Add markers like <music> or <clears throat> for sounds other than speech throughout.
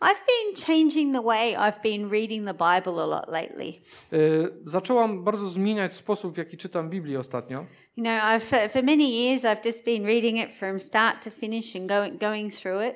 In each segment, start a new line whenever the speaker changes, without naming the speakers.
I've been changing the way I've been reading the Bible a lot lately.
E, Zaczęłam bardzo zmieniać sposób, w jaki czytam Biblię ostatnio.
You know, I've, for, for many years, I've just been reading it from start to finish and going, going through it.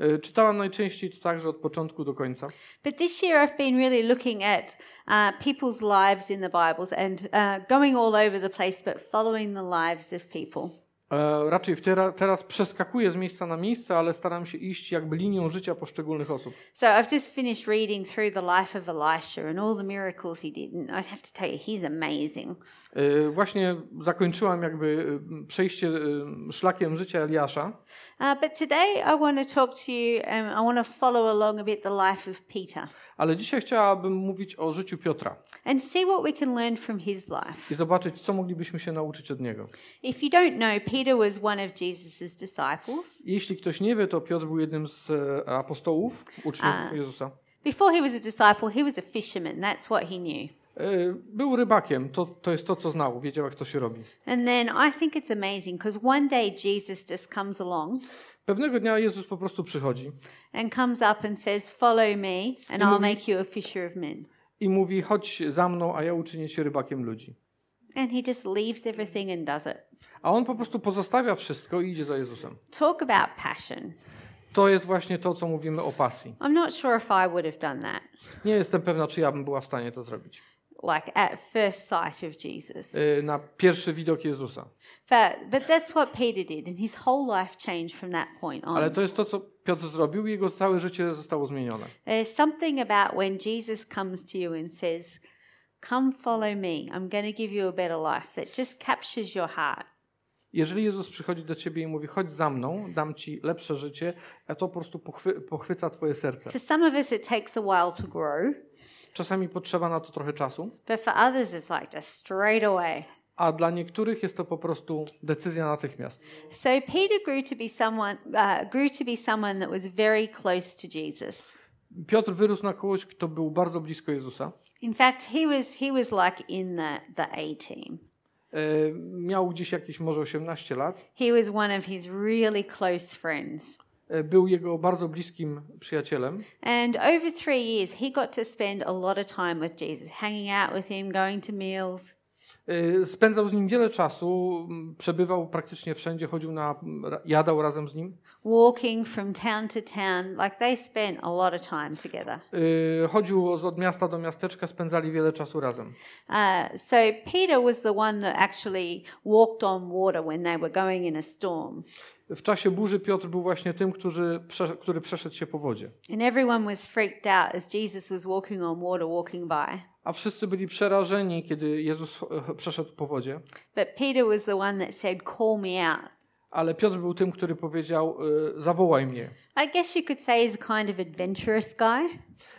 E, Czytałam najczęściej to także od początku do końca.
But this year, I've been really looking at uh, people's lives in the Bibles and uh, going all over the place, but following the lives of people.
E, Raczej wtera- teraz przeskakuję z miejsca na miejsce, ale staram się iść jakby linią życia poszczególnych osób.
So I've just finished reading through the life of Elisha and all the miracles he did. And I have to tell you, he's amazing.
E, Właśnie zakończyłam jakby e, przejście e, szlakiem życia Eliasza.
Uh, but today, I want to talk to you, and I want to follow along a bit the life of Peter
Ale dzisiaj chciałabym mówić o życiu Piotra
and see what we can learn from his life.
i zobaczyć, co moglibyśmy się nauczyć od niego.
If you don't know, Peter was one of Jesus' disciples.
Jeśli ktoś nie wie, to Piotr był jednym z e, apostołów, uczniów Jezusa.
Before he was a disciple, he was a fisherman. That's what he knew.
E, Był rybakiem, to, to jest to, co znał, wiedział, jak to się robi.
And then I think it's amazing because one day Jesus just comes along
Pewnego dnia Jezus po prostu przychodzi
and comes up and says, Follow me, and I'll make you a fisher of men.
i mówi: Chodź za mną, a ja uczynię cię rybakiem ludzi.
And he just leaves everything and does it.
A on po prostu pozostawia wszystko i idzie za Jezusem.
Talk about passion.
To jest właśnie to, co mówimy o pasji.
I'm not sure if I would have done that,
Nie jestem pewna, czy ja bym była w stanie to zrobić.
like at first sight of Jesus.
E, Na pierwszy widok Jezusa.
But, but that's what Peter did, and his whole life changed from that point on.
Ale to jest to, co Piotr zrobił i jego całe życie zostało zmienione.
There's something about when Jesus comes to you and says, Come follow me, I'm going to give you a better life, that just captures your heart.
Jeżeli Jezus przychodzi do ciebie i mówi: Chodź za mną, dam ci lepsze życie, a to po prostu pochwy- pochwyca twoje serce.
For some of us, it takes a while to grow,
Czasami potrzeba na to trochę czasu,
but for others, it's like just straight away.
a dla niektórych jest to po prostu decyzja natychmiast.
So Peter grew to be someone uh, grew to be someone that was very close to Jesus.
Piotr wyrósł na kogoś, kto był bardzo blisko Jezusa.
In fact, he was he was like in the the A team.
E, Miał gdzieś jakieś może 18 lat.
He was one of his really close friends.
E, Był jego bardzo bliskim przyjacielem.
And over three years, he got to spend a lot of time with Jesus, hanging out with him, going to meals.
E, Spędzał z nim wiele czasu, m, przebywał praktycznie wszędzie, chodził na, m, ra- jadał razem z nim.
Walking from town to town, like they spent a lot of time together.
E, Chodził z- od miasta do miasteczka, spędzali wiele czasu razem.
Uh, so Peter was the one that actually walked on water when they were going in a storm,
W czasie burzy Piotr był właśnie tym, który, prze, który przeszedł się po wodzie.
and everyone was freaked out as Jesus was walking on water, walking by.
A wszyscy byli przerażeni, kiedy Jezus e, przeszedł po wodzie.
But Peter was the one that said, "Call me out."
Ale Piotr był tym, który powiedział: e, Zawołaj mnie.
I guess you could say he's a kind of adventurous guy.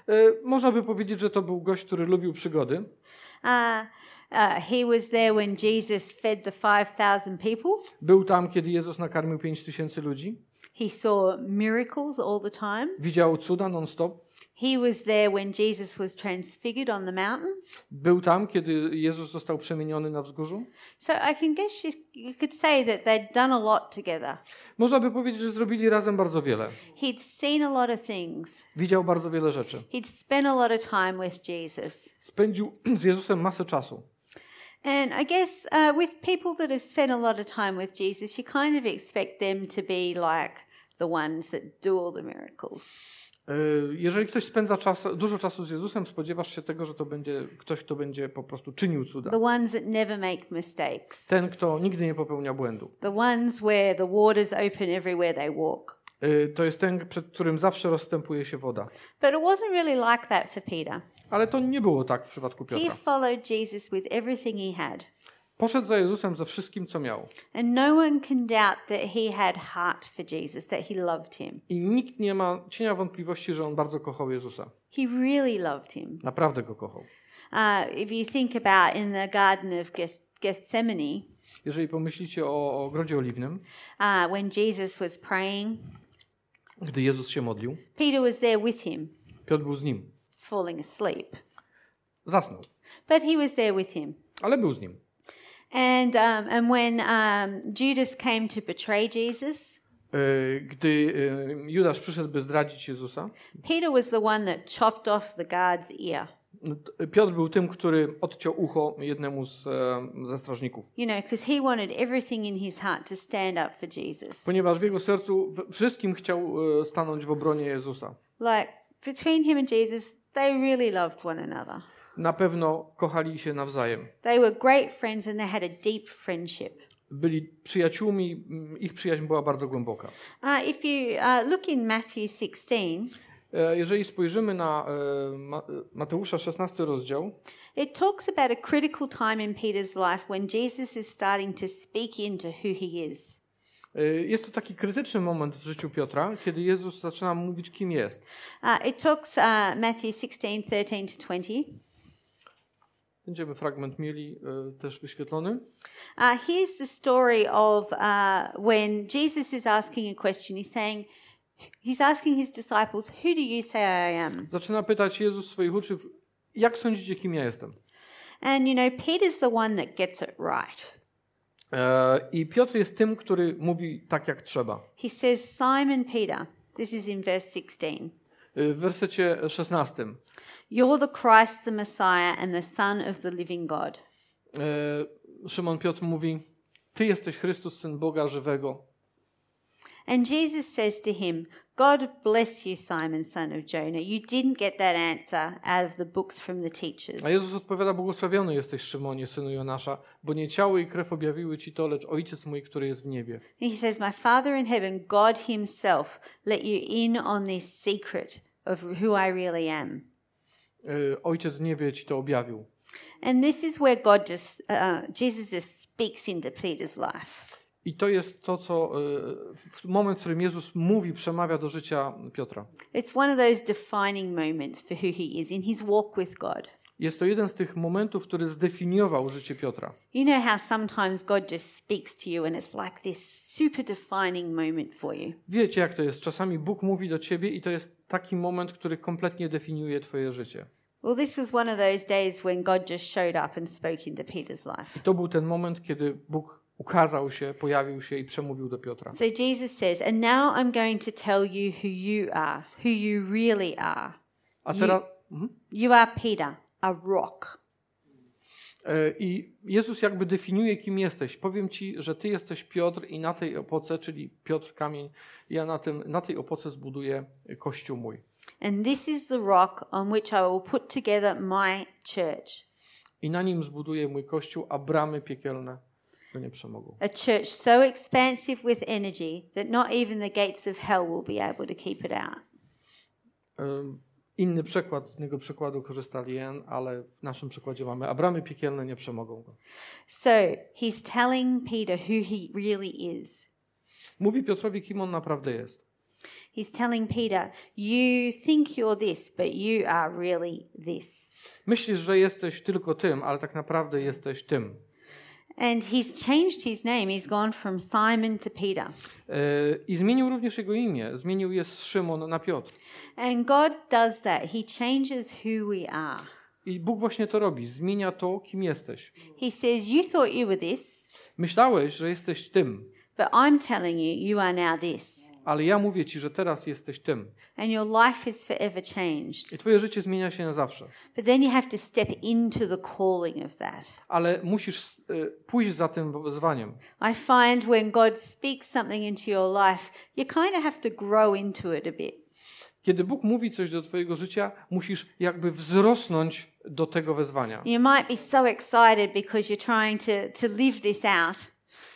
E, Można by powiedzieć, że to był gość, który lubił przygody.
Uh, uh, he was there when Jesus fed the 5,000 people.
Był tam, kiedy Jezus nakarmił 5 tysięcy ludzi.
He saw miracles all the time.
Widział cuda non-stop.
He was there when Jesus was transfigured on the mountain.
Był tam, kiedy Jezus został przemieniony na wzgórzu.
So I can guess you, you could say that they'd done a lot together.
Można by powiedzieć, że zrobili razem bardzo wiele.
He'd seen a lot of things.
Widział bardzo wiele rzeczy.
He'd spent a lot of time with Jesus.
Spędził <clears throat> z Jezusem masę czasu.
And I guess uh, with people that have spent a lot of time with Jesus, you kind of expect them to be like the ones that do all the miracles.
E, Jeżeli ktoś spędza czas, dużo czasu z Jezusem, spodziewasz się tego, że to będzie ktoś, kto będzie po prostu czynił cuda.
The ones that never make mistakes.
Ten, kto nigdy nie popełnia błędu.
The ones where the water's open everywhere they walk.
E, To jest ten, przed którym zawsze rozstępuje się woda.
But it wasn't really like that for Peter.
Ale to nie było tak w przypadku
He
Piotra.
followed Jesus with everything he had.
Poszedł za Jezusem ze wszystkim, co miał.
And no one can doubt that he had heart for Jesus, that he loved him.
I nikt nie ma cienia wątpliwości, że on bardzo kochał Jezusa.
He really loved him.
Naprawdę go kochał.
Uh, if you think about in the Garden of Geth- Gethsemane,
Jeżeli pomyślicie o o ogrodzie oliwnym,
uh, when Jesus was praying,
gdy Jezus się modlił,
Peter was there with him,
Piotr był z nim.
falling asleep.
Zasnął,
But he was there with him.
ale był z nim.
And, um, and when um, Judas came to betray Jesus,
E, Gdy e, Judasz przyszedł, by zdradzić Jezusa,
Peter was the one that chopped off the guard's ear,
no t- Piotr był tym, który odciął ucho jednemu z, e, ze strażników.
you know, because he wanted everything in his heart to stand up for Jesus.
Ponieważ w jego sercu w- wszystkim chciał e, stanąć w obronie Jezusa.
Like, between him and Jesus, they really loved one another.
Na pewno kochali się nawzajem.
They were great friends and they had a deep friendship.
Byli przyjaciółmi, m, ich przyjaźń była bardzo głęboka.
Uh, if you uh, look in Matthew 16,
E, Jeżeli spojrzymy na e, Ma- e, Mateusza 16 rozdział,
it talks about a critical time in Peter's life when Jesus is starting to speak into who he is.
e, jest to taki krytyczny moment w życiu Piotra, kiedy Jezus zaczyna mówić, kim jest.
Uh, it talks uh, Matthew 16, 13 to 20.
Będziemy fragment mieli e, też wyświetlony.
Uh, here's the story of uh, when Jesus is asking a question. He's saying, he's asking his disciples, "Who do you say I am?"
Zaczyna pytać Jezus swoich uczniów, jak sądzicie, kim ja jestem?
And you know, Peter's the one that gets it right.
E, I Piotr jest tym, który mówi tak, jak trzeba.
He says, "Simon Peter." This is in verse 16.
E, W wersecie 16.
You're the Christ, the Messiah, and the Son of the living God.
E, Szymon Piotr mówi, Ty jesteś Chrystus, Syn Boga żywego.
And Jesus says to him, God bless you, Simon, son of Jonah. You didn't get that answer out of the books from the teachers.
A Jezus odpowiada, błogosławiony jesteś Szymonie, synu Jonasza, bo nie ciało i krew objawiły Ci to, lecz Ojciec mój, który jest w niebie.
He says, My Father in heaven, God Himself, let you in on this secret of who I really am.
E, Ojciec w niebie Ci to objawił.
And this is where God just, uh, Jesus just speaks into Peter's life.
I to jest to, co e, w- moment, w którym Jezus mówi, przemawia do życia Piotra.
It's one of those defining moments for who he is in his walk with God.
Jest to jeden z tych momentów, który zdefiniował życie Piotra.
You know how sometimes God just speaks to you and it's like this super defining moment for you.
Wiecie, jak to jest. Czasami Bóg mówi do ciebie i to jest taki moment, który kompletnie definiuje twoje życie.
Well, this was one of those days when God just showed up and spoke into Peter's life.
I to był ten moment, kiedy Bóg ukazał się, pojawił się i przemówił do Piotra.
So Jesus says, And now I'm going to tell you who you are, who you really are.
A teraz. Mhm.
You are Peter, a rock.
E, I Jezus jakby definiuje, kim jesteś. Powiem ci, że ty jesteś Piotr i na tej opoce, czyli Piotr kamień, ja na, tym, na tej opoce zbuduję kościół mój.
And this is the rock on which I will put together my church,
I na nim zbuduję mój kościół, a bramy piekielne go nie przemogą.
a church so expansive with energy that not even the gates of hell will be able to keep it out.
Ym, E, Inny przykład, z innego przykładu korzystali Jen, ale w naszym przykładzie mamy, a bramy piekielne nie przemogą go.
So he's telling Peter who he really is.
Mówi Piotrowi, kim on naprawdę jest.
He's telling Peter, You think you're this, but you are really this.
Myślisz, że jesteś tylko tym, ale tak naprawdę jesteś tym.
And he's changed his name. He's gone from Simon to Peter.
Yy, I zmienił również jego imię. Zmienił je z Szymon na Piotr.
And God does that. He changes who we are.
I Bóg właśnie to robi. Zmienia to, kim jesteś.
He says, You thought you were this,
Myślałeś, że jesteś tym,
but I'm telling you, you are now this.
ale ja mówię ci, że teraz jesteś tym.
And your life is forever changed.
I twoje życie zmienia się na zawsze.
But then you have to step into the calling of that.
Ale musisz yy, pójść za tym wezwaniem.
I find when God speaks something into your life, you kind of have to grow into it a bit.
Kiedy Bóg mówi coś do Twojego życia, musisz jakby wzrosnąć do tego wezwania.
You might be so excited because you're trying to, to live this out,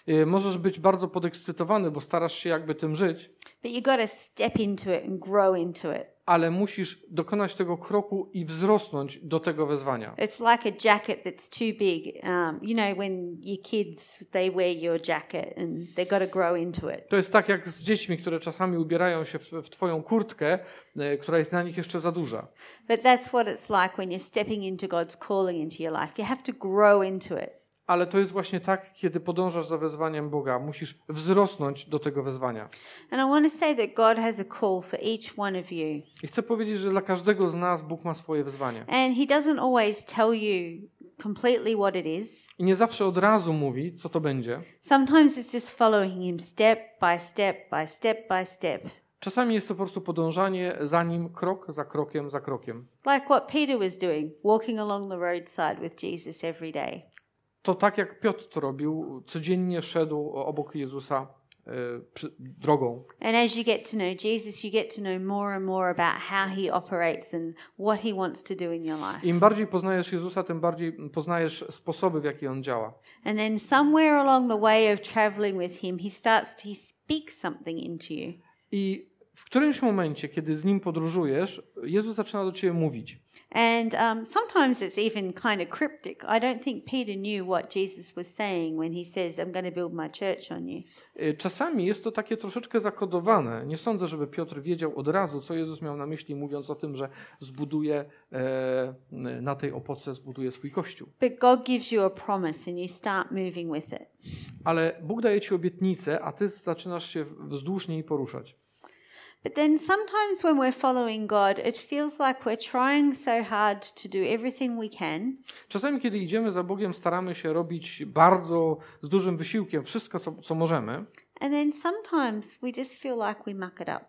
Y, Możesz być bardzo podekscytowany, bo starasz się jakby tym żyć,
but you got to step into it and grow into it.
ale musisz dokonać tego kroku i wzrosnąć do tego wezwania.
It's like a jacket that's too big. Um, you know, when your kids they wear your jacket and they got to grow into it.
To jest tak jak z dziećmi, które czasami ubierają się w, w Twoją kurtkę, y, która jest na nich jeszcze za duża.
But that's what it's like when you're stepping into God's calling into your life. You have to grow into it.
Ale to jest właśnie tak, kiedy podążasz za wezwaniem Boga. Musisz wzrosnąć do tego wezwania.
And I want to say that God has a call for each one of you,
I chcę powiedzieć, że dla każdego z nas Bóg ma swoje wezwanie.
and He doesn't always tell you completely what it is.
I nie zawsze od razu mówi, co to będzie.
Sometimes it's just following him step by step by step by step.
Czasami jest to po prostu podążanie za nim krok za krokiem, za krokiem.
Like what Peter was doing, walking along the roadside with Jesus every day.
To tak jak Piotr to robił, codziennie szedł obok Jezusa e, przy, drogą.
And as you get to know Jesus, you get to know more and more about how he operates and what he wants to do in your life.
Im bardziej poznajesz Jezusa, tym bardziej poznajesz sposoby, w jaki on działa.
And then somewhere along the way of traveling with him, he starts he speaks something into you.
I w którymś momencie, kiedy z nim podróżujesz, Jezus zaczyna do ciebie mówić.
And um, sometimes it's even kind of cryptic. I don't think Peter knew what Jesus was saying when he says, I'm going to build my church on you.
E, Czasami jest to takie troszeczkę zakodowane. Nie sądzę, żeby Piotr wiedział od razu, co Jezus miał na myśli, mówiąc o tym, że zbuduje e, na tej opoce zbuduje swój kościół.
But God gives you a promise and you start moving with it.
Ale Bóg daje ci obietnicę, a ty zaczynasz się wzdłuż niej poruszać.
But then sometimes when we're following God, it feels like we're trying so hard to do everything we can
Czasami, kiedy idziemy za Bogiem, staramy się robić bardzo z dużym wysiłkiem wszystko, co, co możemy.
And then sometimes we just feel like we muck it up.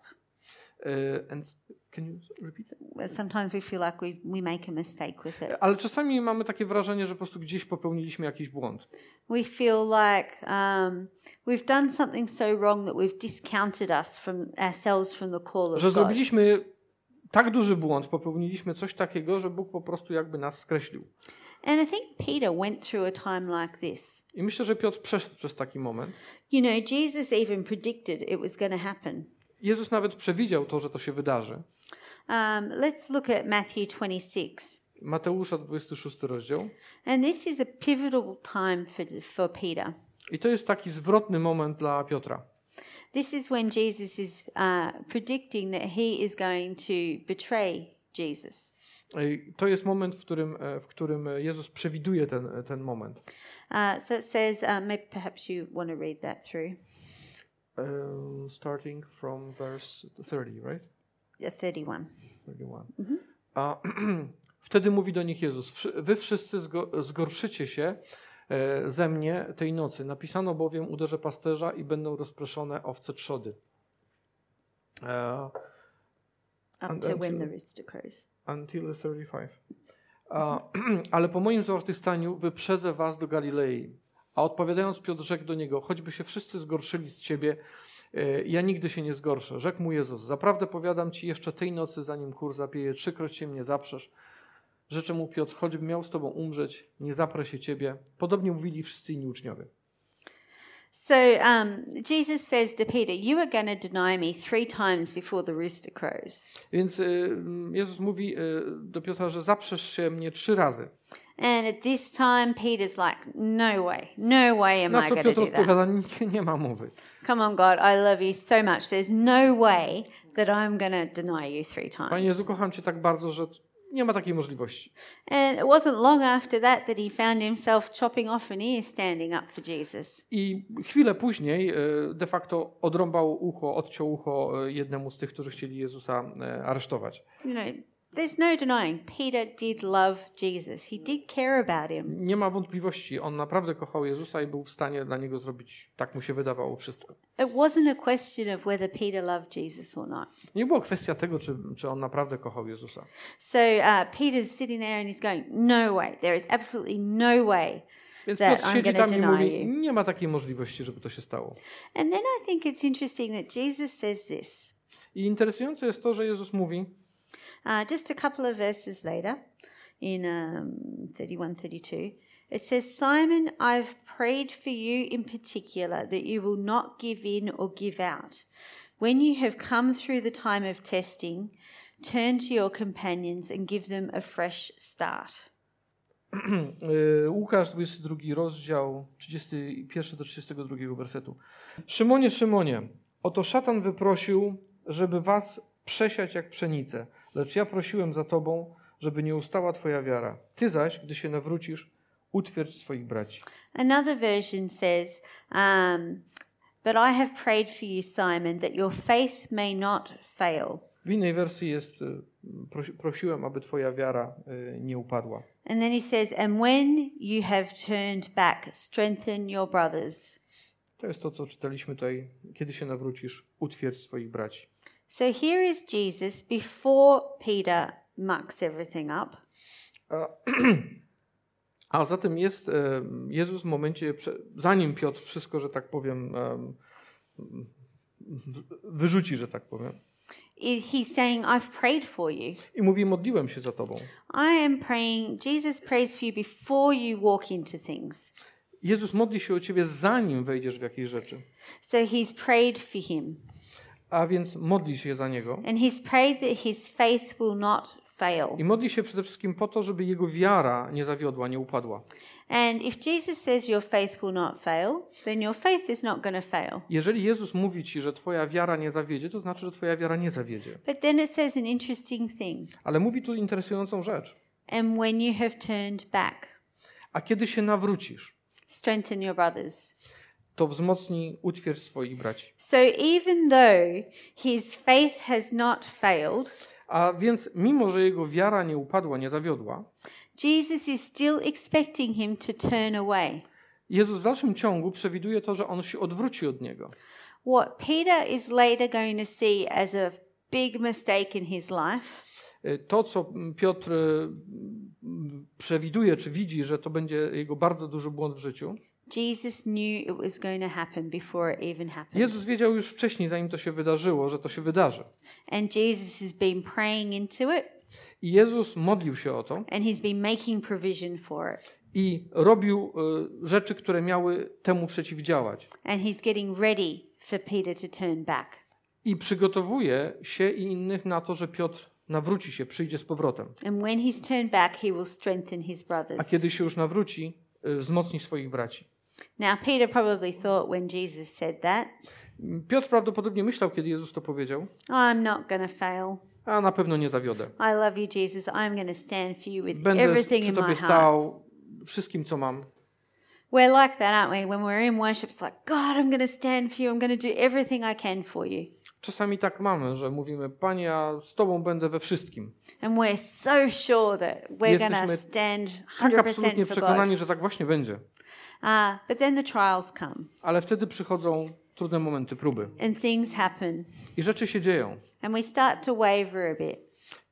E, and, can you repeat?
Sometimes we feel like we, we make a mistake with it.
Ale czasami mamy takie wrażenie, że po prostu gdzieś popełniliśmy jakiś błąd.
We feel like um, we've done something so wrong that we've discounted us from ourselves from the call of
Że
God.
zrobiliśmy tak duży błąd, popełniliśmy coś takiego, że Bóg po prostu jakby nas skreślił.
And I think Peter went through a time like this.
I myślę, że Piotr przeszedł przez taki moment.
You know, Jesus even predicted it was going to happen.
Jezus nawet przewidział to, że to się wydarzy.
Um, let's look at Matthew 26.
Mateusza 26 rozdział.
And this is a pivotal time for, for Peter.
I to jest taki zwrotny moment dla Piotra.
This is when Jesus is uh, predicting that he is going to betray Jesus.
Ej, To jest moment, w którym, e, w którym Jezus przewiduje ten, ten moment.
Uh, so it says, uh, maybe perhaps you want to read that through.
Um, starting from verse 30, right?
Yeah, 31.
31. A, <clears throat> wtedy mówi do nich Jezus: "Wszy- Wy wszyscy zgo- zgorszycie się e, ze mnie tej nocy. Napisano bowiem: Uderzę pasterza i będą rozproszone owce trzody. E,
Up
And-
to
and
when
to-
the rooster crows.
until 35. A, <clears throat> ale po moim zmartwychwstaniu wyprzedzę was do Galilei. A odpowiadając Piotr rzekł do niego, choćby się wszyscy zgorszyli z ciebie, e, ja nigdy się nie zgorszę. Rzekł mu Jezus, zaprawdę powiadam ci jeszcze tej nocy, zanim kur zapieje, trzykroć się mnie zaprzesz. Rzecze mu Piotr, choćby miał z tobą umrzeć, nie zaprę się ciebie. Podobnie mówili wszyscy inni uczniowie.
So um, Jesus says to Peter, You are going to deny me three times before the rooster crows.
Więc y, Jezus mówi y, do Piotra, że zaprzesz się mnie trzy razy.
And at this time, Peter's like, No way, no way am
Na
I
co
going to
Piotr
do that.
odpowiada, nie, nie ma mowy.
Come on, God, I love you so much. There's no way that I'm going to deny you three
Panie
times.
Jezu, kocham Cię tak bardzo, że t- nie ma takiej możliwości.
And it wasn't long after that that he found himself chopping off an ear standing up for Jesus.
I chwilę później e, de facto odrąbał ucho, odciął ucho e, jednemu z tych, którzy chcieli Jezusa e, aresztować.
You know, there's no denying Peter did love Jesus, he did care about him.
Nie ma wątpliwości, on naprawdę kochał Jezusa i był w stanie dla niego zrobić, tak mu się wydawało, wszystko.
It wasn't a question of whether Peter loved Jesus or not.
Nie było kwestia tego, czy, czy on naprawdę kochał Jezusa.
So uh, Peter's sitting there and he's going, No way, there is absolutely no way.
Więc
That
Piotr
I'm
siedzi
gonna
tam i
deny
mówi,
you.
nie ma takiej możliwości, żeby to się stało.
And then I think it's interesting that Jesus says this
I interesujące jest to, że Jezus mówi,
uh, just a couple of verses later in um, 31 32. It says, Simon, I've prayed for you in particular that you will not give in or give out. When you have come through the time of testing, turn to your companions and give them a fresh start.
Y, Łukasz 22 rozdział 31 do 32 wersetu. Szymonie, Szymonie, oto szatan wyprosił, żeby was przesiać jak pszenicę, lecz ja prosiłem za tobą, żeby nie ustała twoja wiara. Ty zaś, gdy się nawrócisz, utwierdź swoich braci.
Another version says, um, But I have prayed for you, Simon, that your faith may not fail.
W innej wersji jest y, prosi- prosiłem, aby twoja wiara y, nie upadła.
And then he says, And when you have turned back, strengthen your brothers.
To jest to, co czytaliśmy tutaj. Kiedy się nawrócisz, utwierdź swoich braci.
So here is Jesus before Peter mucks everything up.
A, a zatem jest e, Jezus w momencie, prze- zanim Piotr wszystko, że tak powiem, em, w- wyrzuci, że tak powiem.
I- He's saying, I've prayed for you.
I mówi, modliłem się za tobą.
I am praying. Jesus prays for you before you walk into things.
Jezus modli się o ciebie, zanim wejdziesz w jakieś rzeczy.
So he's prayed for him.
A więc modli się za Niego.
And he's prayed that his faith will not fail.
I modli się przede wszystkim po to, żeby Jego wiara nie zawiodła, nie upadła.
And if Jesus says your faith will not fail, then your faith is not going to fail.
Jeżeli Jezus mówi ci, że twoja wiara nie zawiedzie, to znaczy, że twoja wiara nie zawiedzie.
But then it says an interesting thing.
Ale mówi tu interesującą rzecz.
And when you have turned back,
A kiedy się nawrócisz,
strengthen your brothers.
to wzmocni, utwierdź swoich braci.
So even though his faith has not failed,
A więc mimo, że Jego wiara nie upadła, nie zawiodła,
Jesus is still expecting him to turn away.
Jezus w dalszym ciągu przewiduje to, że On się odwróci od Niego.
What Peter is later going to see as a big mistake in his life
Y, To, co mm, Piotr y, mm, przewiduje, czy widzi, że to będzie jego bardzo duży błąd w życiu,
Jesus knew it was going to happen before it even happened.
Jezus wiedział już wcześniej, zanim to się wydarzyło, że to się wydarzy.
And Jesus has been praying into it
I Jezus modlił się o to
and he's been making provision for it.
i robił y, rzeczy, które miały temu przeciwdziałać.
And he's getting ready for Peter to turn back.
I przygotowuje się i innych na to, że Piotr nawróci się, przyjdzie z powrotem.
And when he's turned back, he will strengthen his brothers.
A kiedy się już nawróci, y, wzmocni swoich braci.
Now, Peter probably thought when Jesus said that,
Piotr prawdopodobnie myślał, kiedy Jezus to powiedział,
I'm not going to fail.
a na pewno nie zawiodę.
I love you, Jesus. I'm going to stand for you with
Będę
everything
przy
in my
Tobie
heart.
stał wszystkim, co mam.
We're like that, aren't we? When we're in worship, it's like, God, I'm going to stand for you. I'm going to do everything I can for you.
Czasami tak mamy, że mówimy, Panie, ja z Tobą będę we wszystkim. Tak
And we're so sure that we're going to
Jesteśmy
stand
Tak
100%
absolutnie
for God.
przekonani, że tak właśnie będzie.
Uh, but then the trials come
Ale wtedy przychodzą trudne momenty próby.
and things happen
I rzeczy się dzieją.
and we start to waver a bit.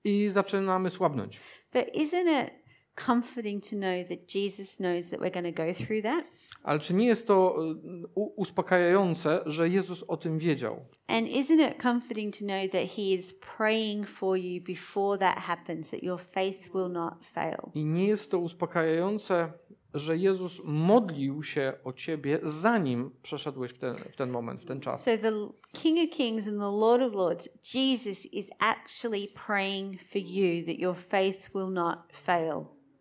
I zaczynamy słabnąć.
But isn't it comforting to know that Jesus knows that we're going to go through that?
Ale czy nie jest to y, u- uspokajające, że Jezus o tym wiedział?
And isn't it comforting to know that He is praying for you before that happens, that your faith will not fail?
I nie jest to uspokajające, że Jezus modlił się o ciebie, zanim przeszedłeś w ten, w ten moment, w ten czas.
So, the King of Kings and the Lord of Lords, Jesus is actually praying for you that your faith will not fail.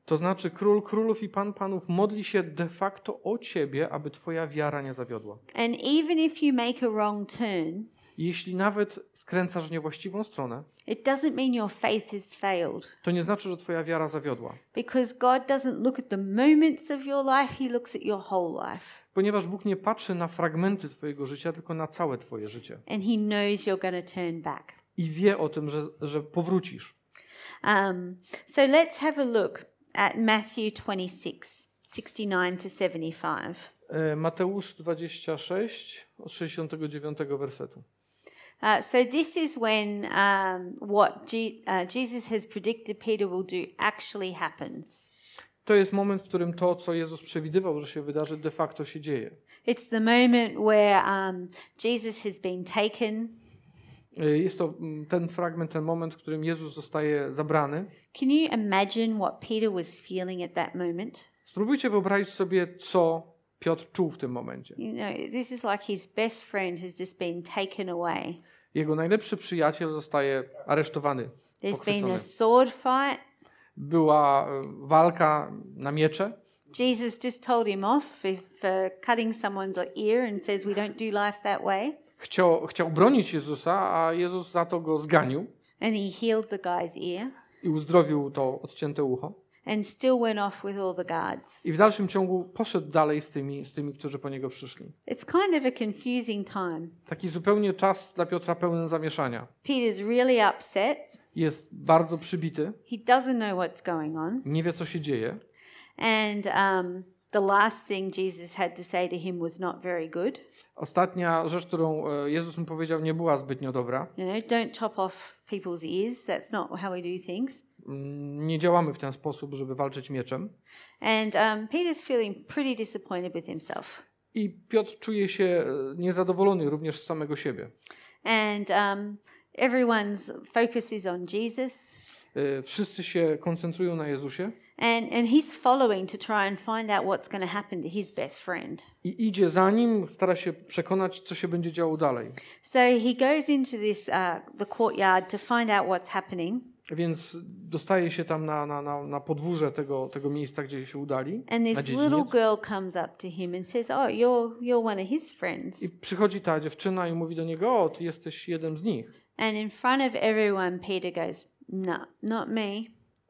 To znaczy, król królów i pan panów modli się de facto o ciebie, aby twoja wiara nie zawiodła.
And even if you make a wrong turn,
Jeśli nawet skręcasz w niewłaściwą stronę,
it doesn't mean your faith has failed.
to nie znaczy, że twoja wiara zawiodła.
Because God doesn't look at the moments of your life, He looks at your whole life.
Ponieważ Bóg nie patrzy na fragmenty Twojego życia, tylko na całe Twoje życie.
And He knows you're going to turn back.
I wie o tym, że, że powrócisz.
Um, so let's have a look at Matthew 26, 69 to 75.
E, Mateusz 26, od 69 wersetu.
Uh, so this is when um, what Je- uh, Jesus has predicted Peter will do actually happens.
To jest moment, w którym to, co Jezus przewidywał, że się wydarzy, de facto się dzieje.
It's the moment where um, Jesus has been taken.
E, Jest to mm, ten fragment, ten moment, w którym Jezus zostaje zabrany.
Can you imagine what Peter was feeling at that moment?
Spróbujcie wyobrazić sobie, co Piotr czuł w tym momencie.
You know, this is like his best friend has just been taken away.
Jego najlepszy przyjaciel zostaje aresztowany,
There's been
pochwycony.
a sword fight.
Była e, walka na miecze.
Jesus just told him off for, for cutting someone's ear and says, We don't do life that way.
chciał, chciał bronić Jezusa, a Jezus za to go zganił
And he healed the guy's ear.
i uzdrowił to odcięte ucho.
and still went off with all the guards.
I w dalszym ciągu poszedł dalej z tymi, z tymi którzy po niego przyszli.
It's kind of a confusing time.
Taki zupełnie czas dla Piotra pełen zamieszania.
Peter's really upset.
Jest bardzo przybity,
He doesn't know what's going on.
nie wie co się dzieje.
And um, the last thing Jesus had to say to him was not very good.
Ostatnia rzecz, którą e, Jezus mu powiedział, nie była zbytnio dobra.
You know, don't chop off people's ears. That's not how we do things.
Mm, Nie działamy w ten sposób, żeby walczyć mieczem.
And um, Peter's feeling pretty disappointed with himself.
I Piotr czuje się e, niezadowolony również z samego siebie.
And um, everyone's focus is on Jesus.
E, Wszyscy się koncentrują na Jezusie
And, and he's following to try and find out what's going to happen to his best friend.
i idzie za nim, stara się przekonać, co się będzie działo dalej.
So he goes into this uh, the courtyard to find out what's happening,
Więc dostaje się tam na, na, na, na podwórze tego, tego miejsca, gdzie się udali,
and
na
this little
dziedziniec.
girl comes up to him and says, "Oh, you're you're one of his friends."
I przychodzi ta dziewczyna i mówi do niego, o, ty jesteś jednym z nich.
And in front of everyone, Peter goes, "No, not me."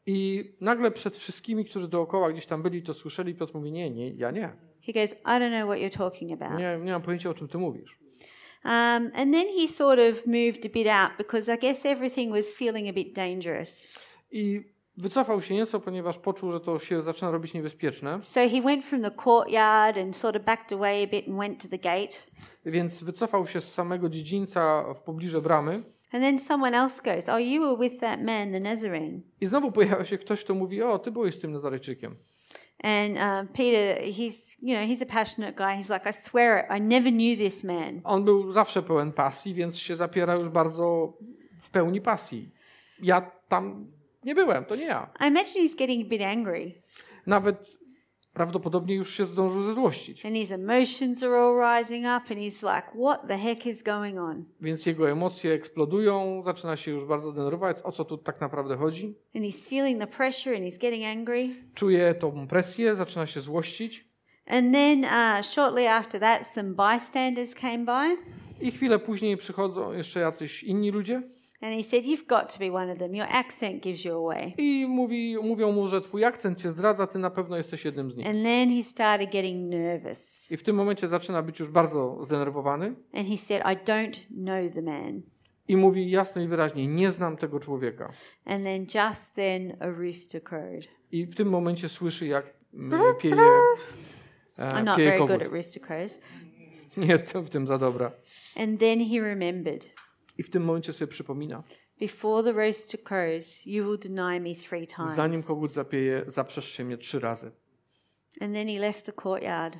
I nagle przed wszystkimi, którzy dookoła gdzieś tam byli, to słyszeli, Piotr mówi, nie, nie, ja nie.
He goes, "I don't know what you're talking about."
Nie, nie mam pojęcia, o czym ty mówisz.
Um, and then he sort of moved a bit out because I guess everything was feeling a bit dangerous.
I wycofał się nieco, ponieważ poczuł, że to się zaczyna robić niebezpieczne,
So he went from the courtyard and sort of backed away a bit and went to the gate.
więc wycofał się z samego dziedzińca w pobliże bramy
And then someone else goes, "Oh, you were with that man, the Nazarene."
i znowu <laughs> pojawia się ktoś, kto mówi, o, ty byłeś z tym Nazarejczykiem.
And um, Peter, he's you know he's a passionate guy. He's like, I swear it, I never knew this man.
On był zawsze pełen pasji, więc się zapiera już bardzo w pełni pasji. Ja tam nie byłem, to nie ja.
I imagine he's getting a bit angry,
Nawet prawdopodobnie już się zdążył ze złościć,
and his emotions are all rising up, and he's like, What the heck is going on?
więc jego emocje eksplodują, zaczyna się już bardzo denerwować, o co tu tak naprawdę chodzi.
And he's feeling the pressure, and he's getting angry.
Czuje tą presję, zaczyna się złościć
And then uh, shortly after that, some bystanders came by,
i chwilę później przychodzą jeszcze jacyś inni ludzie
and he said, "You've got to be one of them. Your accent gives you away."
i mówi, mówią mu, że twój akcent cię zdradza, ty na pewno jesteś jednym z nich.
<laughs> And then he started getting nervous,
I w tym momencie zaczyna być już bardzo zdenerwowany
and he said, "I don't know the man."
i mówi jasno i wyraźnie, nie znam tego człowieka.
And then just then, a rooster crowed.
I w tym momencie słyszy, jak mm, pieje,
Mhm. I'm
e,
not
pieje
very
kogut.
good at rooster crows.
Nie jestem w tym za dobra.
And then he remembered,
I w tym momencie sobie przypomina,
Before the rooster crows, you will deny me three times.
zanim kogut zapieje, zaprzesz się mnie trzy razy.
And then he left the courtyard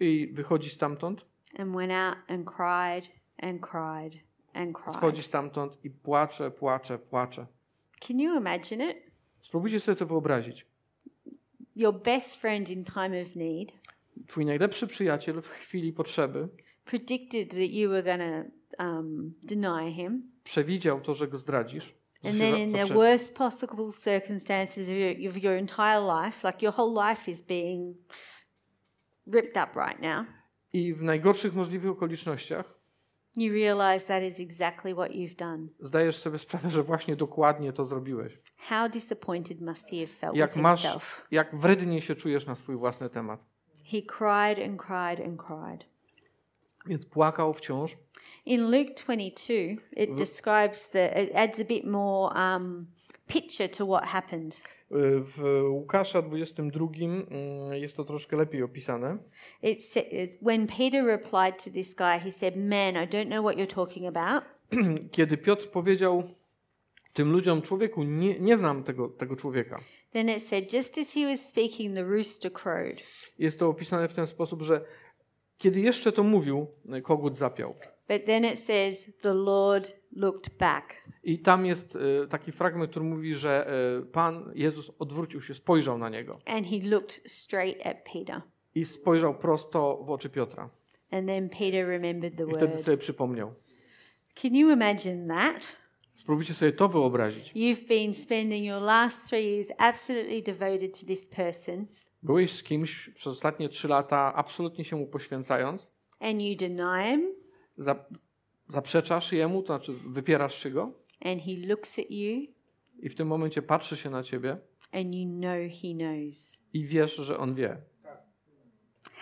I wychodzi stamtąd,
and went out and cried and cried and cried.
odchodzi stamtąd i płacze, płacze, płacze.
Can you imagine it?
Spróbujcie sobie to wyobrazić.
Your best friend in time of need
Twój najlepszy przyjaciel w chwili potrzeby
predicted that you were going to um, deny him.
przewidział to, że go zdradzisz. że
And
się
then,
za-
in
poprze-
the worst possible circumstances of your, of your entire life, like your whole life is being ripped up right now,
I w najgorszych możliwych okolicznościach
you realize that is exactly what you've done.
zdajesz sobie sprawę, że właśnie dokładnie to zrobiłeś.
How disappointed must he have felt
Jak
with
masz,
himself?
jak wrednie się czujesz na swój własny temat.
He cried and cried and cried.
Więc płakał wciąż. Y,
In Luke 22, it describes the, it adds a bit more um, picture to what happened.
W Łukasza 22 mm, jest to troszkę lepiej opisane.
It, sa- it, when Peter replied to this guy, he said, Man, I don't know what you're talking about.
Kiedy Piotr powiedział tym ludziom, człowieku, nie, nie znam tego, tego człowieka.
Then it said, Just as he was speaking, the rooster crowed.
Jest to opisane w ten sposób, że kiedy jeszcze to mówił, kogut zapiał.
But then it says, The Lord looked back.
I tam jest e, taki fragment, który mówi, że e, Pan Jezus odwrócił się, spojrzał na niego
And he looked straight at Peter.
i spojrzał prosto w oczy Piotra.
And then Peter remembered the
I wtedy
word.
sobie przypomniał.
Can you imagine that?
Spróbujcie sobie to wyobrazić.
You've been spending your last three years absolutely devoted to this person,
Byłeś z kimś przez ostatnie trzy lata, absolutnie się mu poświęcając,
and you deny him,
za, zaprzeczasz jemu, to znaczy wypierasz się go
and he looks at you
i w tym momencie patrzy się na ciebie
and you know he knows.
i wiesz, że on wie.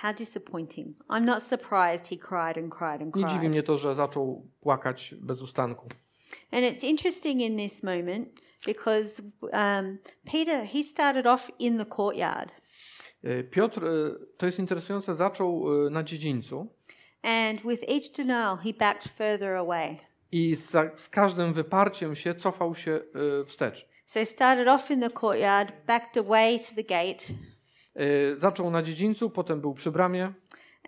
How disappointing. I'm not surprised he cried and cried and
Nie dziwi
cried.
mnie to, że zaczął płakać bez ustanku.
And it's interesting in this moment because um, Peter, he started off in the courtyard.
E, Piotr, e, to jest interesujące, zaczął e, na dziedzińcu
And with each denial, he backed further away.
i z, z każdym wyparciem się cofał się e, wstecz.
So he started off in the courtyard, backed away to the gate,
E, Zaczął na dziedzińcu, potem był przy bramie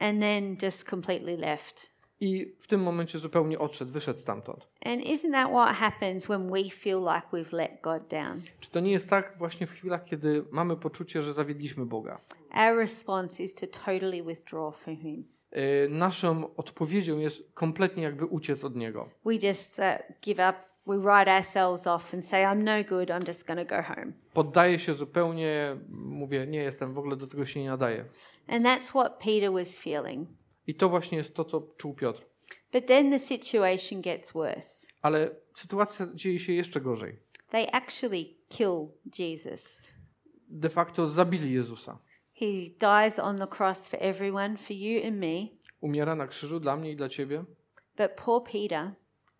and then just completely left.
i w tym momencie zupełnie odszedł, wyszedł stamtąd.
And isn't that what happens when we feel like we've let God down?
Czy to nie jest tak właśnie w chwilach, kiedy mamy poczucie, że zawiedliśmy Boga?
Our response is to totally withdraw from Him.
E, Naszą odpowiedzią jest kompletnie jakby uciec od Niego.
We just uh, give up, we write ourselves off and say, I'm no good, I'm just going to go home.
Poddaję się zupełnie, mówię, nie jestem, w ogóle do tego się nie nadaję.
And that's what Peter was feeling.
I to właśnie jest to, co czuł Piotr.
But then the situation gets worse.
Ale sytuacja dzieje się jeszcze gorzej.
They actually kill Jesus.
De facto zabili Jezusa.
He dies on the cross for everyone, for you and me.
Umiera na krzyżu dla mnie i dla ciebie,
But poor Peter,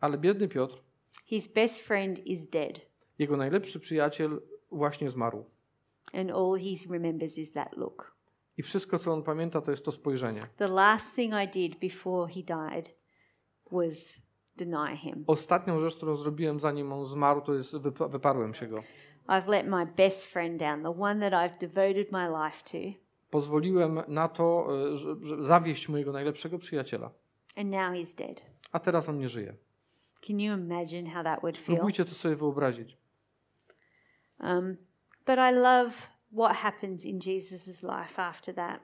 ale biedny Piotr,
his best friend, is dead.
jego najlepszy przyjaciel, właśnie zmarł.
And all he remembers is that look.
I wszystko, co on pamięta, to jest to spojrzenie.
The last thing I did before he died was deny him.
Ostatnią rzecz, którą zrobiłem, zanim on zmarł, to jest wypa- wyparłem się go.
I've let my best friend down, the one that I've devoted my life to,
Pozwoliłem na to, y, że, że zawieść mojego najlepszego przyjaciela.
and now he's dead.
A teraz on nie żyje.
Can you imagine how that would feel?
Próbujcie to sobie wyobrazić.
Um, but I love what happens in Jesus' life after that.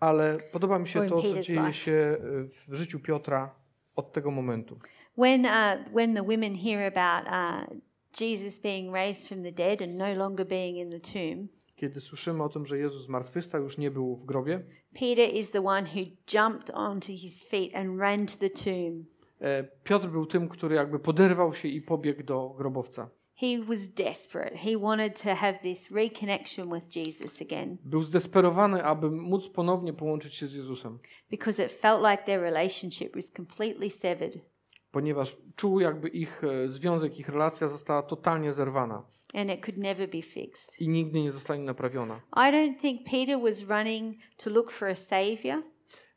Ale podoba mi się
Or in
to, co
Peter's
dzieje
life.
się y, w życiu Piotra od tego momentu.
When, uh, when the women hear about uh, Jesus being raised from the dead and no longer being in the tomb,
Kiedy słyszymy o tym, że Jezus zmartwychwstał, już nie był w grobie,
Peter is the one who jumped onto his feet and ran to the tomb.
e, Piotr był tym, który jakby poderwał się i pobiegł do grobowca.
He was desperate. He wanted to have this reconnection with Jesus again
Był zdesperowany, aby móc ponownie połączyć się z Jezusem,
because it felt like their relationship was completely severed
ponieważ czuł jakby ich e, związek, ich relacja została totalnie zerwana
and it could never be fixed.
i nigdy nie zostanie naprawiona.
I don't think Peter was running to look for a savior.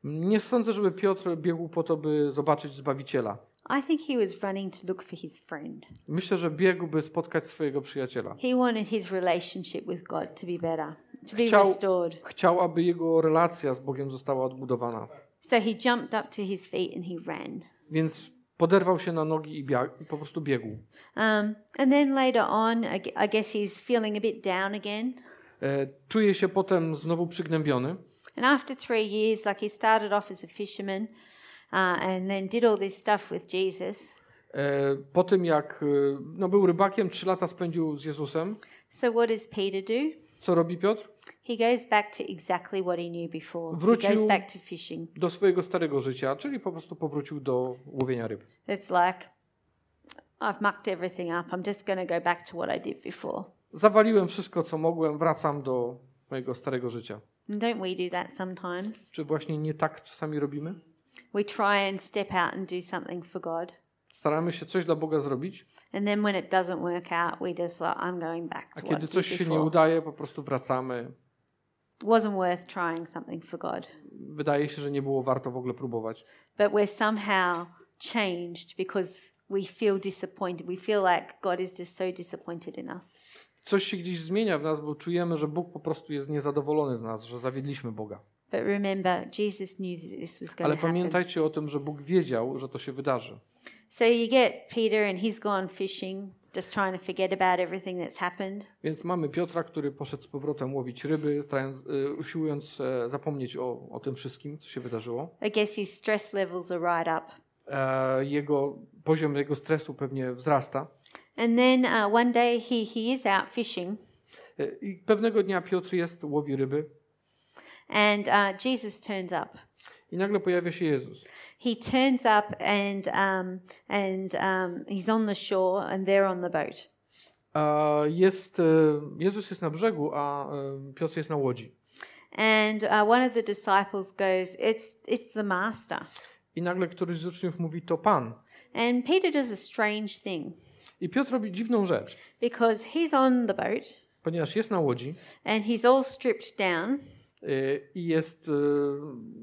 Nie sądzę, żeby Piotr biegł po to, by zobaczyć Zbawiciela.
I think he was running to look for his friend.
Myślę, że biegł, by spotkać swojego przyjaciela.
He wanted his relationship with God to be better, to be
Chciał-
restored.
Chciał, aby jego relacja z Bogiem została odbudowana,
So he jumped up to his feet and he ran.
więc poderwał się na nogi i, bieg- i po prostu biegł.
Um, and then later on, I gue- I guess he's feeling a bit down again.
E, Czuje się potem znowu przygnębiony.
And after three years, like he started off as a fisherman uh, and then did all this stuff with Jesus.
E, Po tym jak e, no, był rybakiem, trzy lata spędził z Jezusem.
So what does Peter do?
Co robi Piotr?
He goes back to exactly what he knew before. He
Wrócił-
goes back to fishing.
Do swojego starego życia, czyli po prostu powrócił do łowienia ryb.
It's like, I've mucked everything up. I'm just going to go back to what I did before.
Zawaliłem wszystko, co mogłem, wracam do mojego starego życia.
And don't we do that sometimes?
Czy właśnie nie tak czasami robimy?
We try and step out and do something for God.
Staramy się coś dla Boga zrobić,
And then when it doesn't work out, we just like, I'm going back
a
to what I
kiedy coś
did
się nie
before.
udaje, po prostu wracamy.
It wasn't worth trying something for God.
Wydaje się, że nie było warto w ogóle próbować.
but we're somehow changed because we feel disappointed. We feel like God is just so disappointed in us.
Coś się gdzieś zmienia w nas, bo czujemy, że Bóg po prostu jest niezadowolony z nas, że zawiedliśmy Boga.
But remember, Jesus knew that this was going
Ale
to happen.
pamiętajcie o tym, że Bóg wiedział, że to się wydarzy.
So you get Peter, and he's gone fishing, just trying to forget about everything that's happened.
Więc mamy Piotra, który poszedł z powrotem łowić ryby, trając, y, usiłując e, zapomnieć o, o tym wszystkim, co się wydarzyło.
I guess his stress levels are right up.
E, jego poziom jego stresu pewnie wzrasta.
And then uh, one day he, he is out fishing,
E, I pewnego dnia Piotr jest, łowi ryby
and uh, Jesus turns up.
i nagle pojawia się Jezus.
He turns up, and um, and um, he's on the shore, and they're on the boat.
A jest, e, Jezus jest na brzegu, a e, Piotr jest na łodzi.
And uh, one of the disciples goes, "It's it's the master."
I nagle któryś z uczniów mówi, to Pan.
And Peter does a strange thing
I Piotr robi dziwną rzecz,
because he's on the boat
ponieważ jest na łodzi
and he's all stripped down.
e, i jest e,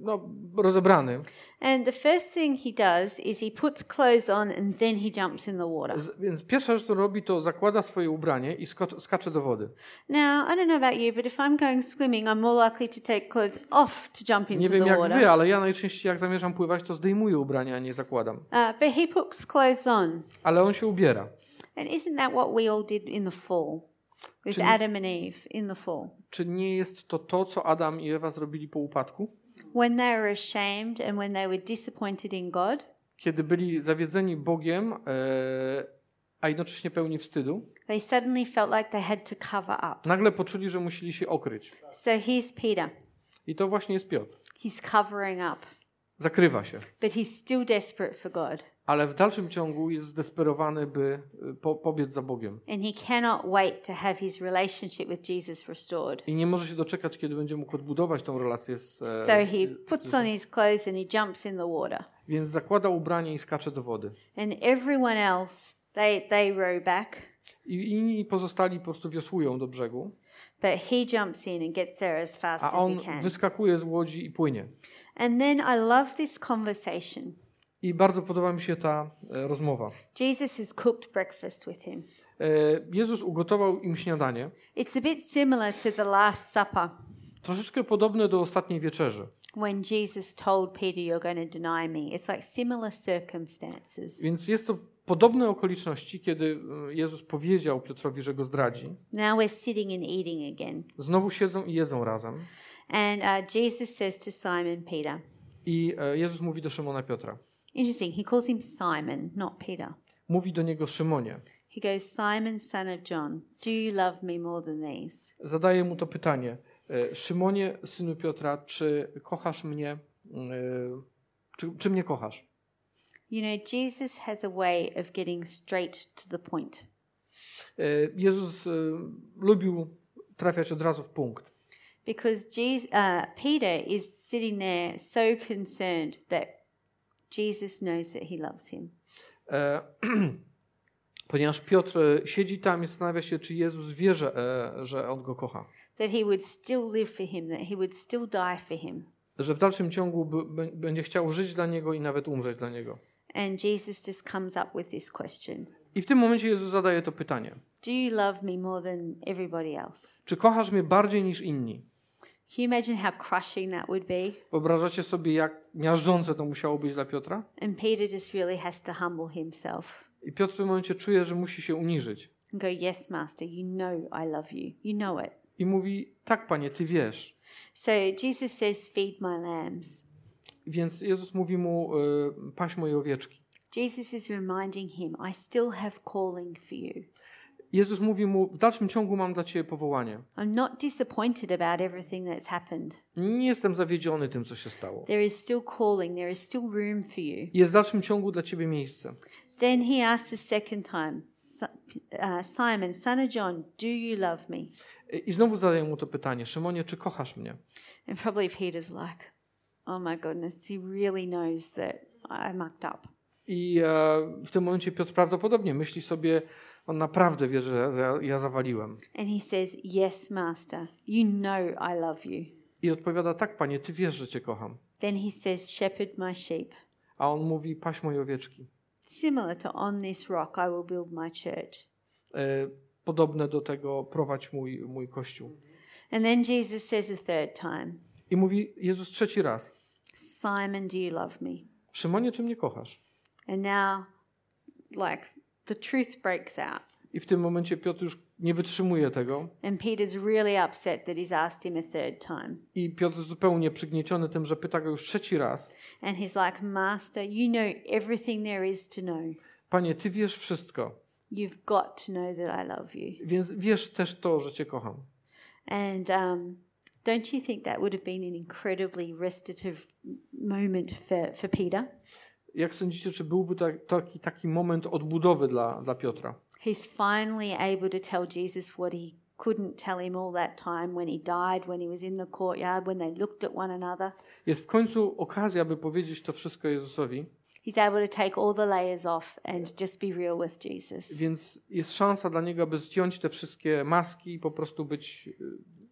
no, rozebrany.
And the first thing he does is he puts clothes on and then he jumps in the water.
Z- Więc pierwsza rzecz, którą robi, to zakłada swoje ubranie i skocz- skacze do wody.
Now, I don't know about you, but if I'm going swimming, I'm more likely to take clothes off to jump
Nie
into
wiem
the
jak wy,
water.
ale ja najczęściej jak zamierzam pływać, to zdejmuję ubrania, a nie zakładam.
Uh, but he puts clothes on.
Ale on się ubiera.
And isn't that what we all did in the fall? With
Czyli-
Adam and Eve in the fall.
Czy nie jest to to, co Adam i Ewa zrobili po upadku?
When they were ashamed and when they were disappointed in God,
Kiedy byli zawiedzeni Bogiem, e, a jednocześnie pełni wstydu,
they suddenly felt like they had to cover up.
nagle poczuli, że musieli się okryć.
So here's Peter.
I to właśnie jest Piotr.
He's covering up,
Zakrywa się.
but he's still desperate for God.
Ale w dalszym ciągu jest zdesperowany, by e, po, pobiec za Bogiem.
And he cannot wait to have his relationship with Jesus restored.
I nie może się doczekać, kiedy będzie mógł odbudować tą relację z... e,
So he
z-
puts on his clothes and he jumps in the water.
Więc zakłada ubranie i skacze do wody.
And everyone else, they, they row back,
I inni pozostali po prostu wiosłują do brzegu,
but he jumps in and gets there as fast
a
as he
on
can.
wyskakuje z łodzi i płynie.
And then I love this conversation.
I bardzo podoba mi się ta e, rozmowa.
Jesus has cooked breakfast with him.
E, Jezus ugotował im śniadanie,
It's a bit similar to the Last Supper
troszeczkę podobne do ostatniej wieczerzy.
when Jesus told Peter, You're going to deny me. It's like similar circumstances.
Więc jest to podobne okoliczności, kiedy mm, Jezus powiedział Piotrowi, że go zdradzi.
Now we're sitting and eating again.
Znowu siedzą i jedzą razem.
And uh, Jesus says to Simon Peter,
I e, Jezus mówi do Szymona Piotra.
Interesting, he calls him Simon, not Peter.
Mówi do niego Szymonie.
He goes, Simon, son of John, do you love me more than these?
Zadaje mu to pytanie. E, Szymonie, synu Piotra, czy kochasz mnie? mm, E, czy, czy mnie kochasz?
You know, Jesus has a way of getting straight to the point.
E, Jezus e, lubił trafiać od razu w punkt,
Because Jesus, uh, Peter is sitting there so concerned that Jesus knows that he loves him.
E, <clears throat> ponieważ Piotr e, siedzi tam i zastanawia się, czy Jezus wie, że, e, że on go kocha,
That he would still live for him, that he would still die for him.
że w dalszym ciągu b- b- będzie chciał żyć dla niego i nawet umrzeć dla niego.
And Jesus just comes up with this question
I w tym momencie Jezus zadaje to pytanie:
Do you love me more than everybody else?
Czy kochasz mnie bardziej niż inni?
Can you imagine how crushing that would be?
Wyobrażacie sobie, jak miażdżące to musiało być dla Piotra?
And Peter just really has to humble himself
I Piotr w tym momencie czuje, że musi się uniżyć.
and go, Yes, Master, you know I love you. You know it.
I mówi: Tak, panie, ty wiesz.
So Jesus says, Feed my lambs.
Więc Jezus mówi mu: y, Paś moje owieczki.
Jesus is reminding him, I still have calling for you.
Jezus mówi mu: W dalszym ciągu mam dla ciebie powołanie.
I'm not disappointed about everything that's happened.
Nie jestem zawiedziony tym, co się stało.
There is still calling, there is still room for you.
Jest w dalszym ciągu dla ciebie miejsce.
Then he asks the second time, "Si- uh, Simon, son of John, do you love me?
I znowu zadaję mu to pytanie: Szymonie, czy kochasz mnie?
And probably Peter's like, oh my goodness, he really knows that I mucked up.
I e, w tym momencie Piotr prawdopodobnie myśli sobie: On naprawdę wie, że ja, ja zawaliłem.
And he says, Yes, master, you know I love you.
I odpowiada: Tak, panie, ty wiesz, że cię kocham.
Then he says, Shepherd my sheep.
A on mówi: Paś moje owieczki.
Similar to on this rock I will build my church.
E, podobne do tego: Prowadź mój, mój kościół.
And then Jesus says a third time,
I mówi Jezus trzeci raz:
Simon, do you love me?
Szymonie, czy mnie kochasz?
And now, like, the truth breaks out.
I w tym momencie Piotr już nie wytrzymuje tego.
And Peter's really upset that he's asked him a third time.
I Piotr zupełnie przygnieciony tym, że pyta go już trzeci raz.
And he's like, Master, you know everything there is to know.
Panie, Ty wiesz wszystko,
You've got to know that I love you.
więc wiesz też to, że Cię kocham.
And um, don't you think that would have been an incredibly restorative moment for, for Peter?
Jak sądzicie, czy byłby ta- taki, taki moment odbudowy dla, dla Piotra?
he's finally able to tell Jesus what he couldn't tell him all that time when he died, when he was in the courtyard, when they looked at one another.
Jest w końcu okazja, by powiedzieć to wszystko Jezusowi,
He's able to take all the layers off and just be real with Jesus.
więc jest szansa dla niego, aby zdjąć te wszystkie maski i po prostu być y,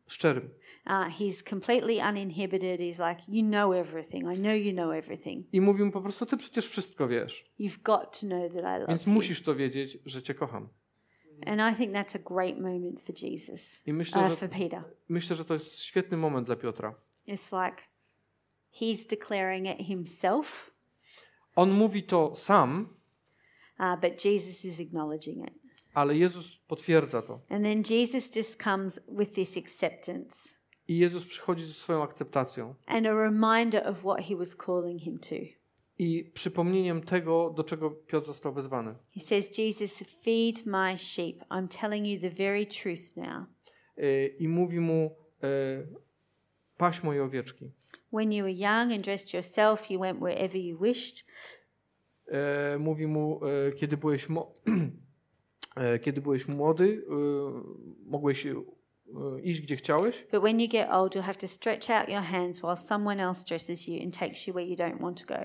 szczerym.
Uh, he's completely uninhibited. He's like, You know everything. I know you know everything.
I mówi mu po prostu, ty przecież wszystko wiesz,
You've got to know that I love
więc
you.
musisz to wiedzieć, że cię kocham.
And I think that's a great moment for Jesus,
I myślę,
uh,
że
for Peter.
Myślę, że to jest świetny moment dla Piotra.
It's like he's declaring it himself,
On mówi to sam,
uh, but Jesus is acknowledging it.
ale Jezus potwierdza to.
And then Jesus just comes with this acceptance
I Jezus przychodzi ze swoją akceptacją
and a reminder of what he was calling him to.
i przypomnieniem tego, do czego Piotr został wezwany.
He says, Jesus, feed my sheep. I'm telling you the very truth now.
Y, I mówi mu: y, Paś moje owieczki.
When you were young and dressed yourself, you went wherever you wished.
Y, Mówi mu: y, Kiedy byłeś, mo- <clears throat> y, kiedy byłeś młody, y, mogłeś y, iść gdzie chciałeś,
But when you get old, you'll have to stretch out your hands while someone else dresses you and takes you where you don't want to go.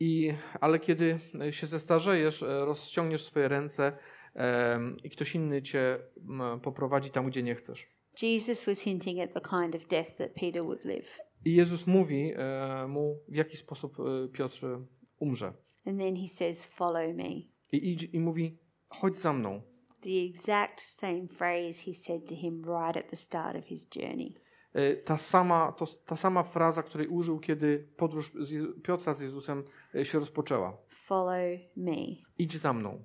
i, ale kiedy y, się zestarzejesz, y, rozciągniesz swoje ręce em, i ktoś inny cię mm, poprowadzi tam, gdzie nie chcesz.
Jesus was hinting at the kind of death that Peter would live.
I Jezus mówi e, mu, w jaki sposób e, Piotr e, umrze.
And then he says, Follow me.
I, idź, I mówi, chodź za mną.
The exact same phrase he said to him right at the start of his journey.
E, ta sama, to, ta sama fraza, której użył, kiedy podróż z Jezu- Piotra z Jezusem e, się rozpoczęła.
Follow me.
Idź za mną.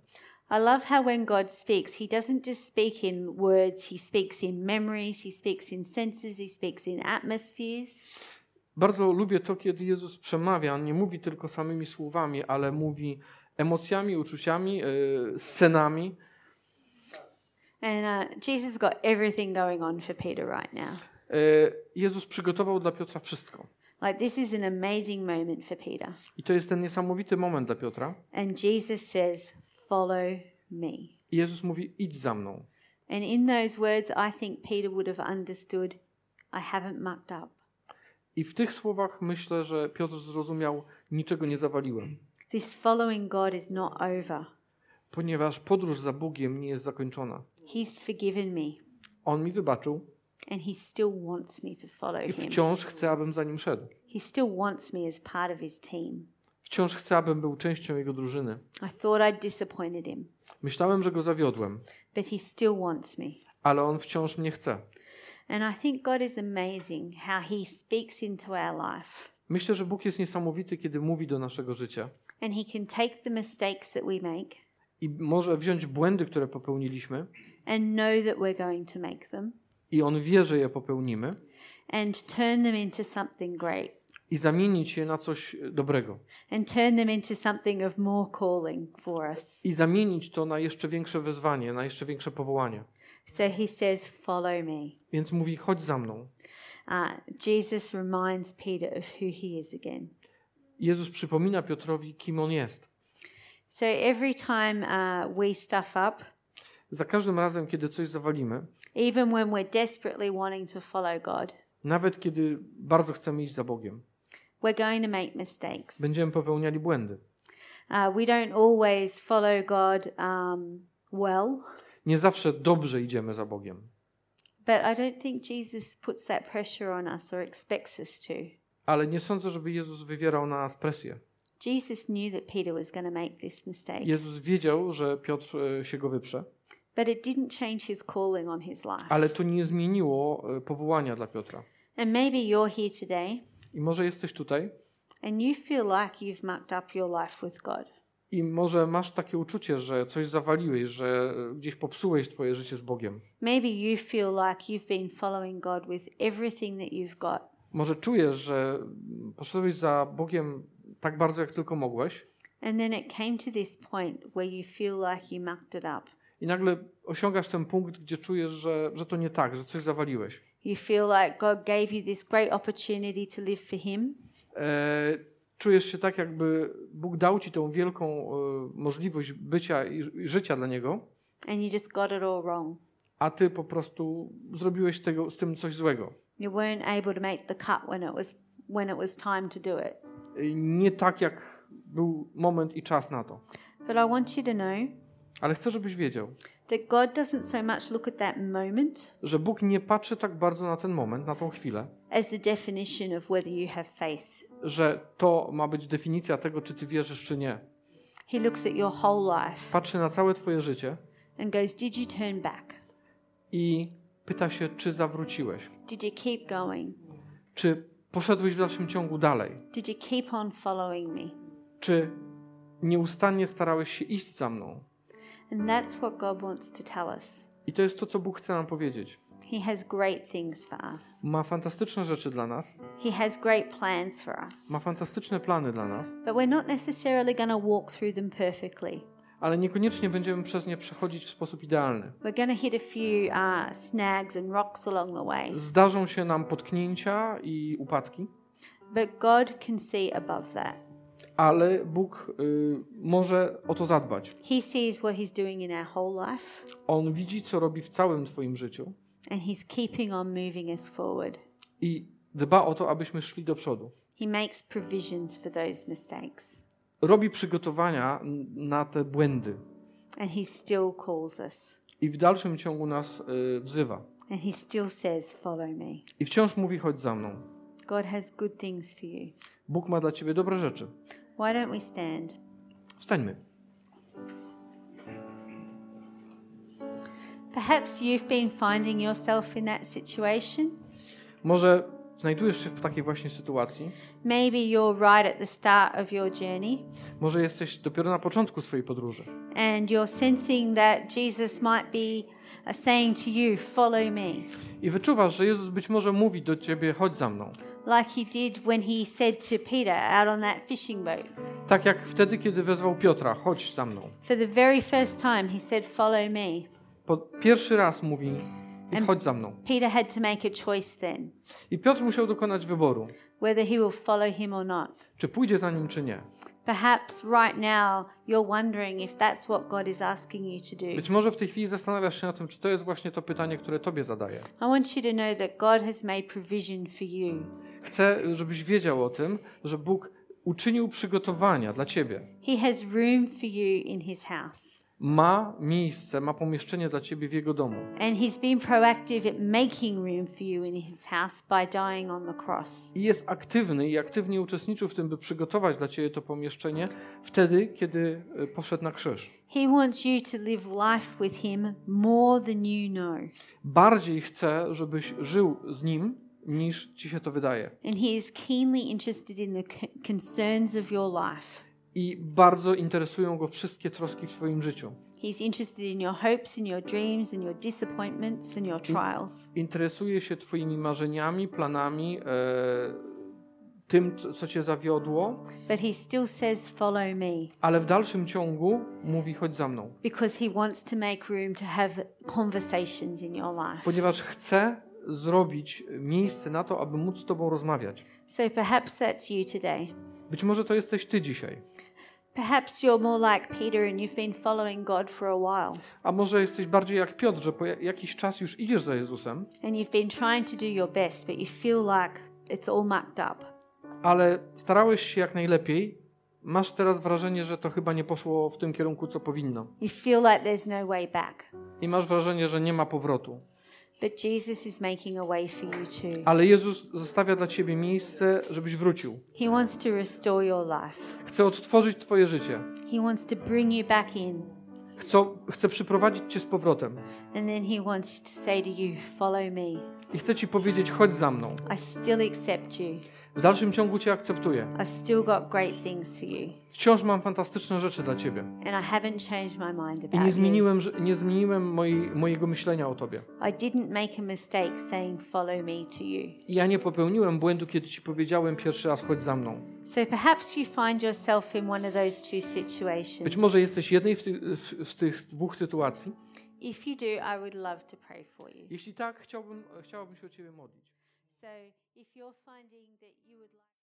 I love how when God speaks, He doesn't just speak in words, He speaks in memories, He speaks in senses, He speaks in atmospheres.
Bardzo lubię to, kiedy Jezus przemawia. On nie mówi tylko samymi słowami, ale mówi emocjami, uczuciami, e, scenami.
And uh, Jesus got everything going on for Peter right now.
E, Jezus przygotował dla Piotra wszystko.
Like, this is an amazing moment for Peter.
I to jest ten niesamowity moment dla Piotra.
And Jesus says, Follow me.
I Jezus mówi, idź za mną.
And in those words, I think Peter would have understood, I haven't mucked up.
I w tych słowach myślę, że Piotr zrozumiał, niczego nie zawaliłem,
This following God is not over.
ponieważ podróż za Bogiem nie jest zakończona.
He's forgiven me,
On mi wybaczył
and He still wants me to follow
i
Him.
wciąż chce, abym za nim szedł.
He still wants me as part of his team.
Wciąż chce, abym był częścią jego drużyny.
I thought I'd disappointed him,
Myślałem, że go zawiodłem,
but he still wants me.
ale on wciąż mnie chce.
And I think God is amazing how he speaks into our life.
Myślę, że Bóg jest niesamowity, kiedy mówi do naszego życia
And he can take the mistakes that we make
i może wziąć błędy, które popełniliśmy,
and know that we're going to make them
i on wie, że je popełnimy,
and turn them into something great
i zamienić je na coś dobrego.
and turn them into something of more calling for us.
I zamienić to na jeszcze większe wyzwanie, na jeszcze większe powołanie.
So he says, Follow me.
Więc mówi: chodź za mną.
Uh, Jesus reminds Peter of who he is again.
Jezus przypomina Piotrowi, kim on jest.
So every time uh, we stuff up,
Za każdym razem, kiedy coś zawalimy,
even when we're desperately wanting to follow God,
nawet kiedy bardzo chcemy iść za Bogiem,
we're going to make mistakes.
będziemy popełniali błędy.
Uh, we don't always follow God um, well,
Nie zawsze dobrze idziemy za Bogiem,
but I don't think Jesus puts that pressure on us or expects us to.
ale nie sądzę, żeby Jezus wywierał na nas presję.
Jesus knew that Peter was going to make this mistake,
Jezus wiedział, że Piotr e, się go wyprze,
but it didn't change his calling on his life.
ale to nie zmieniło e, powołania dla Piotra.
and maybe you're here today
I może jesteś tutaj
and you feel like you've mucked up your life with God.
i może masz takie uczucie, że coś zawaliłeś, że e, gdzieś popsułeś twoje życie z Bogiem.
Maybe you feel like you've been following God with everything that you've got,
Może czujesz, że mm, poszedłeś za Bogiem tak bardzo, jak tylko mogłeś,
And then it came to this point where you feel like you mucked it up.
i nagle osiągasz ten punkt, gdzie czujesz, że, że to nie tak, że coś zawaliłeś.
You feel like God gave you this great opportunity to live for Him,
E, czujesz się tak, jakby Bóg dał ci tą wielką e, możliwość bycia i, i życia dla Niego,
and you just got it all wrong.
a ty po prostu zrobiłeś tego, z tym coś złego.
You weren't able to make the cut when it was when it was time to do it.
Y, Nie tak, jak był moment i czas na to.
But I want you to know
Ale chcę, żebyś wiedział,
that God doesn't so much look at that moment
że Bóg nie patrzy tak bardzo na ten moment, na tą chwilę,
as the definition of whether you have faith.
że to ma być definicja tego, czy ty wierzysz, czy nie.
He looks at your whole life
Patrzy na całe twoje życie
and goes, "Did you turn back?
i pyta się, czy zawróciłeś,
Did you keep going?
czy poszedłeś w dalszym ciągu dalej,
Did you keep on following me?"
czy nieustannie starałeś się iść za mną.
And that's what God wants to tell us.
I to jest to, co Bóg chce nam powiedzieć.
He has great things for us.
Ma fantastyczne rzeczy dla nas,
He has great plans for us.
ma fantastyczne plany dla nas,
But we're not necessarily going to walk through them perfectly.
ale niekoniecznie będziemy przez nie przechodzić w sposób idealny.
We're going to hit a few uh, snags and rocks along the way.
Zdarzą się nam potknięcia i upadki,
But God can see above that.
ale Bóg y, może o to zadbać.
He sees what He's doing in our whole life
On widzi, co robi w całym Twoim życiu
and He's keeping on moving us forward.
i dba o to, abyśmy szli do przodu.
He makes provisions for those mistakes
Robi przygotowania n- na te błędy
and He still calls us
i w dalszym ciągu nas y, wzywa.
and He still says, Follow me.
I wciąż mówi: chodź za mną.
God has good things for you.
Bóg ma dla Ciebie dobre rzeczy.
Why don't we stand?
Wstańmy.
Perhaps you've been finding yourself in that situation.
Może znajdujesz się w takiej właśnie sytuacji,
Maybe you're right at the start of your journey
może jesteś dopiero na początku swojej podróży.
and you're sensing that Jesus might be uh, saying to you, Follow me,
I wyczuwasz, że Jezus być może mówi do ciebie: chodź za mną.
like he did when he said to Peter out on that fishing boat.
Tak jak wtedy, kiedy wezwał Piotra: chodź za mną.
For the very first time, he said, Follow me.
Po pierwszy raz mówi: i chodź za mną.
Peter had to make a choice then,
I Piotr musiał dokonać wyboru,
whether he will follow him or not.
czy pójdzie za nim, czy nie.
Perhaps right now you're wondering if that's what God is asking you to do.
Być może w tej chwili zastanawiasz się na tym, czy to jest właśnie to pytanie, które tobie zadaję.
I want you to know that God has made provision for you.
Chcę, żebyś wiedział o tym, że Bóg uczynił przygotowania dla ciebie.
He has room for you in His house.
Ma miejsce, ma pomieszczenie dla ciebie w jego domu.
And He's been proactive at making room for you in His house by dying on the cross.
I jest aktywny i aktywnie uczestniczył w tym, by przygotować dla ciebie to pomieszczenie wtedy, kiedy y, poszedł na krzyż.
He wants you to live life with Him more than you know.
Bardziej chce, żebyś żył z nim, niż ci się to wydaje.
And He is keenly interested in the c- concerns of your life.
I bardzo interesują go wszystkie troski w twoim życiu.
He's interested in your hopes and your dreams and your disappointments and your trials.
Interesuje się twoimi marzeniami, planami, e, tym, co- co cię zawiodło,
But He still says, Follow me,
ale w dalszym ciągu mówi chodź za mną,
because He wants to make room to have conversations in your life.
ponieważ chce zrobić miejsce na to, aby móc z tobą rozmawiać.
So perhaps that's you today.
Być może to jesteś ty dzisiaj.
Perhaps you're more like Peter and you've been following God for a while
A może jesteś bardziej jak Piotr, że po ja- jakiś czas już idziesz za Jezusem,
and you've been trying to do your best, but you feel like it's all mucked up.
ale starałeś się jak najlepiej. Masz teraz wrażenie, że to chyba nie poszło w tym kierunku, co powinno.
You feel like there's no way back.
I masz wrażenie, że nie ma powrotu.
But Jesus is making a way for you too.
Ale Jezus zostawia dla ciebie miejsce, żebyś wrócił.
He wants to restore your life,
Chce odtworzyć twoje życie.
He wants to bring you back in,
Chce, chce przyprowadzić cię z powrotem.
and then He wants to say to you, Follow me.
I chce ci powiedzieć, chodź za mną.
I still accept you.
W dalszym ciągu cię akceptuję.
I've still got great things for you,
Wciąż mam fantastyczne rzeczy dla ciebie.
and I haven't changed my mind
I nie
about you.
zmieniłem, ży- nie zmieniłem mojej, mojego myślenia o tobie.
I didn't make a mistake saying, Follow me to you.
I ja nie popełniłem błędu, kiedy ci powiedziałem pierwszy raz, chodź za mną.
So perhaps you find yourself in one of those two situations.
Być może jesteś jednej w, ty, w, z tych dwóch sytuacji.
If you do, I would love to pray for you.
Jeśli tak, chciałbym, chciałabym się o ciebie modlić.
So if you're finding that you would like